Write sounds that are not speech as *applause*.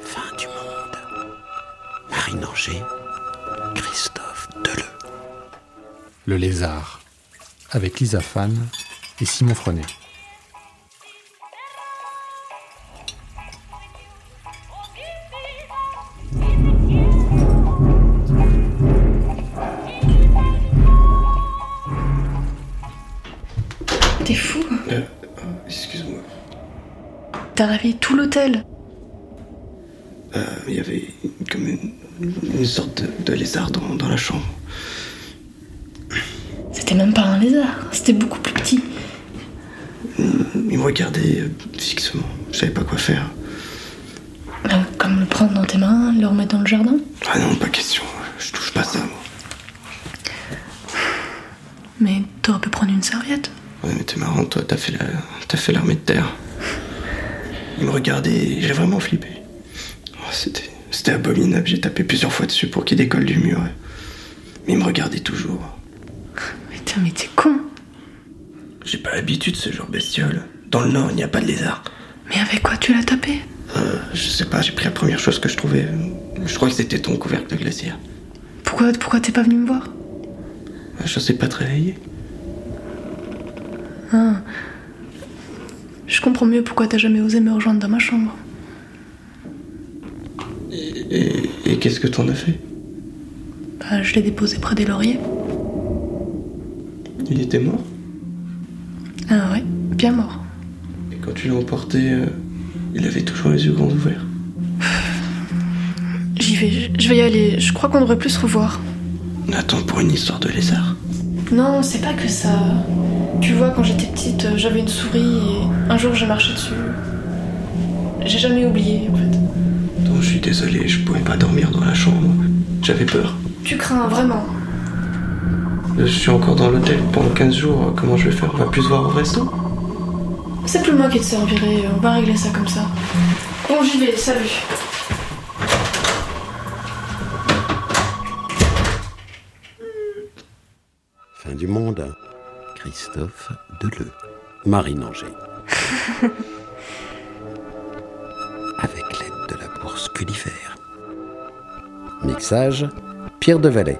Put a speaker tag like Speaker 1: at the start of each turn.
Speaker 1: Fin du monde. Marine Anger, Christophe Deleu.
Speaker 2: Le Lézard, avec Lisa Fan et Simon Frenet.
Speaker 3: T'es fou
Speaker 4: Excuse-moi.
Speaker 3: T'as réveillé tout l'hôtel
Speaker 4: Euh, Il y avait comme une, une sorte de, de lézard dans, dans la chambre.
Speaker 3: C'était même pas un lézard, c'était beaucoup plus petit.
Speaker 4: Il me regardait euh, fixement. Je savais pas quoi faire.
Speaker 3: Ben, comme le prendre dans tes mains, le remettre dans le jardin.
Speaker 4: Ah non, pas question. Je touche pas ça, moi.
Speaker 3: Mais t'aurais pu prendre une serviette.
Speaker 4: Ouais, mais t'es marrant, toi. T'as fait la, t'as fait l'armée de terre. Il me regardait et j'ai vraiment flippé. Oh, c'était, c'était abominable. J'ai tapé plusieurs fois dessus pour qu'il décolle du mur. Mais il me regardait toujours.
Speaker 3: Mais t'es, mais t'es con.
Speaker 4: J'ai pas l'habitude de ce genre de bestiole. Dans le Nord, il n'y a pas de lézard.
Speaker 3: Mais avec quoi tu l'as tapé
Speaker 4: Euh, je sais pas, j'ai pris la première chose que je trouvais. Je crois que c'était ton couvercle de glacière.
Speaker 3: Pourquoi, pourquoi t'es pas venu me voir
Speaker 4: Euh, Je sais pas te réveiller.
Speaker 3: Je comprends mieux pourquoi t'as jamais osé me rejoindre dans ma chambre.
Speaker 4: Et, et qu'est-ce que t'en as fait
Speaker 3: Bah, je l'ai déposé près des lauriers.
Speaker 4: Il était mort
Speaker 3: Ah ouais, bien mort.
Speaker 4: Et quand tu l'as emporté, euh, il avait toujours les yeux grands ouverts.
Speaker 3: J'y vais, je- je vais y aller. Je crois qu'on devrait plus se revoir.
Speaker 4: Attends pour une histoire de lézard.
Speaker 3: Non, c'est pas que ça. Tu vois, quand j'étais petite, euh, j'avais une souris et un jour j'ai marché dessus. J'ai jamais oublié en fait.
Speaker 4: Non, Oh, je suis désolé, je pouvais pas dormir dans la chambre. J'avais peur.
Speaker 3: Tu crains vraiment
Speaker 4: Je suis encore dans l'hôtel pendant 15 jours. Comment je vais faire On va plus se voir au resto
Speaker 3: C'est plus moi qui te servirai, euh, on va régler ça comme ça. Bon, j'y vais, salut.
Speaker 1: Fin du monde. Christophe Deleu. Marine Anger.
Speaker 3: *laughs*
Speaker 1: Avec l'aide de la bourse Culivert. Mixage Pierre Devalet.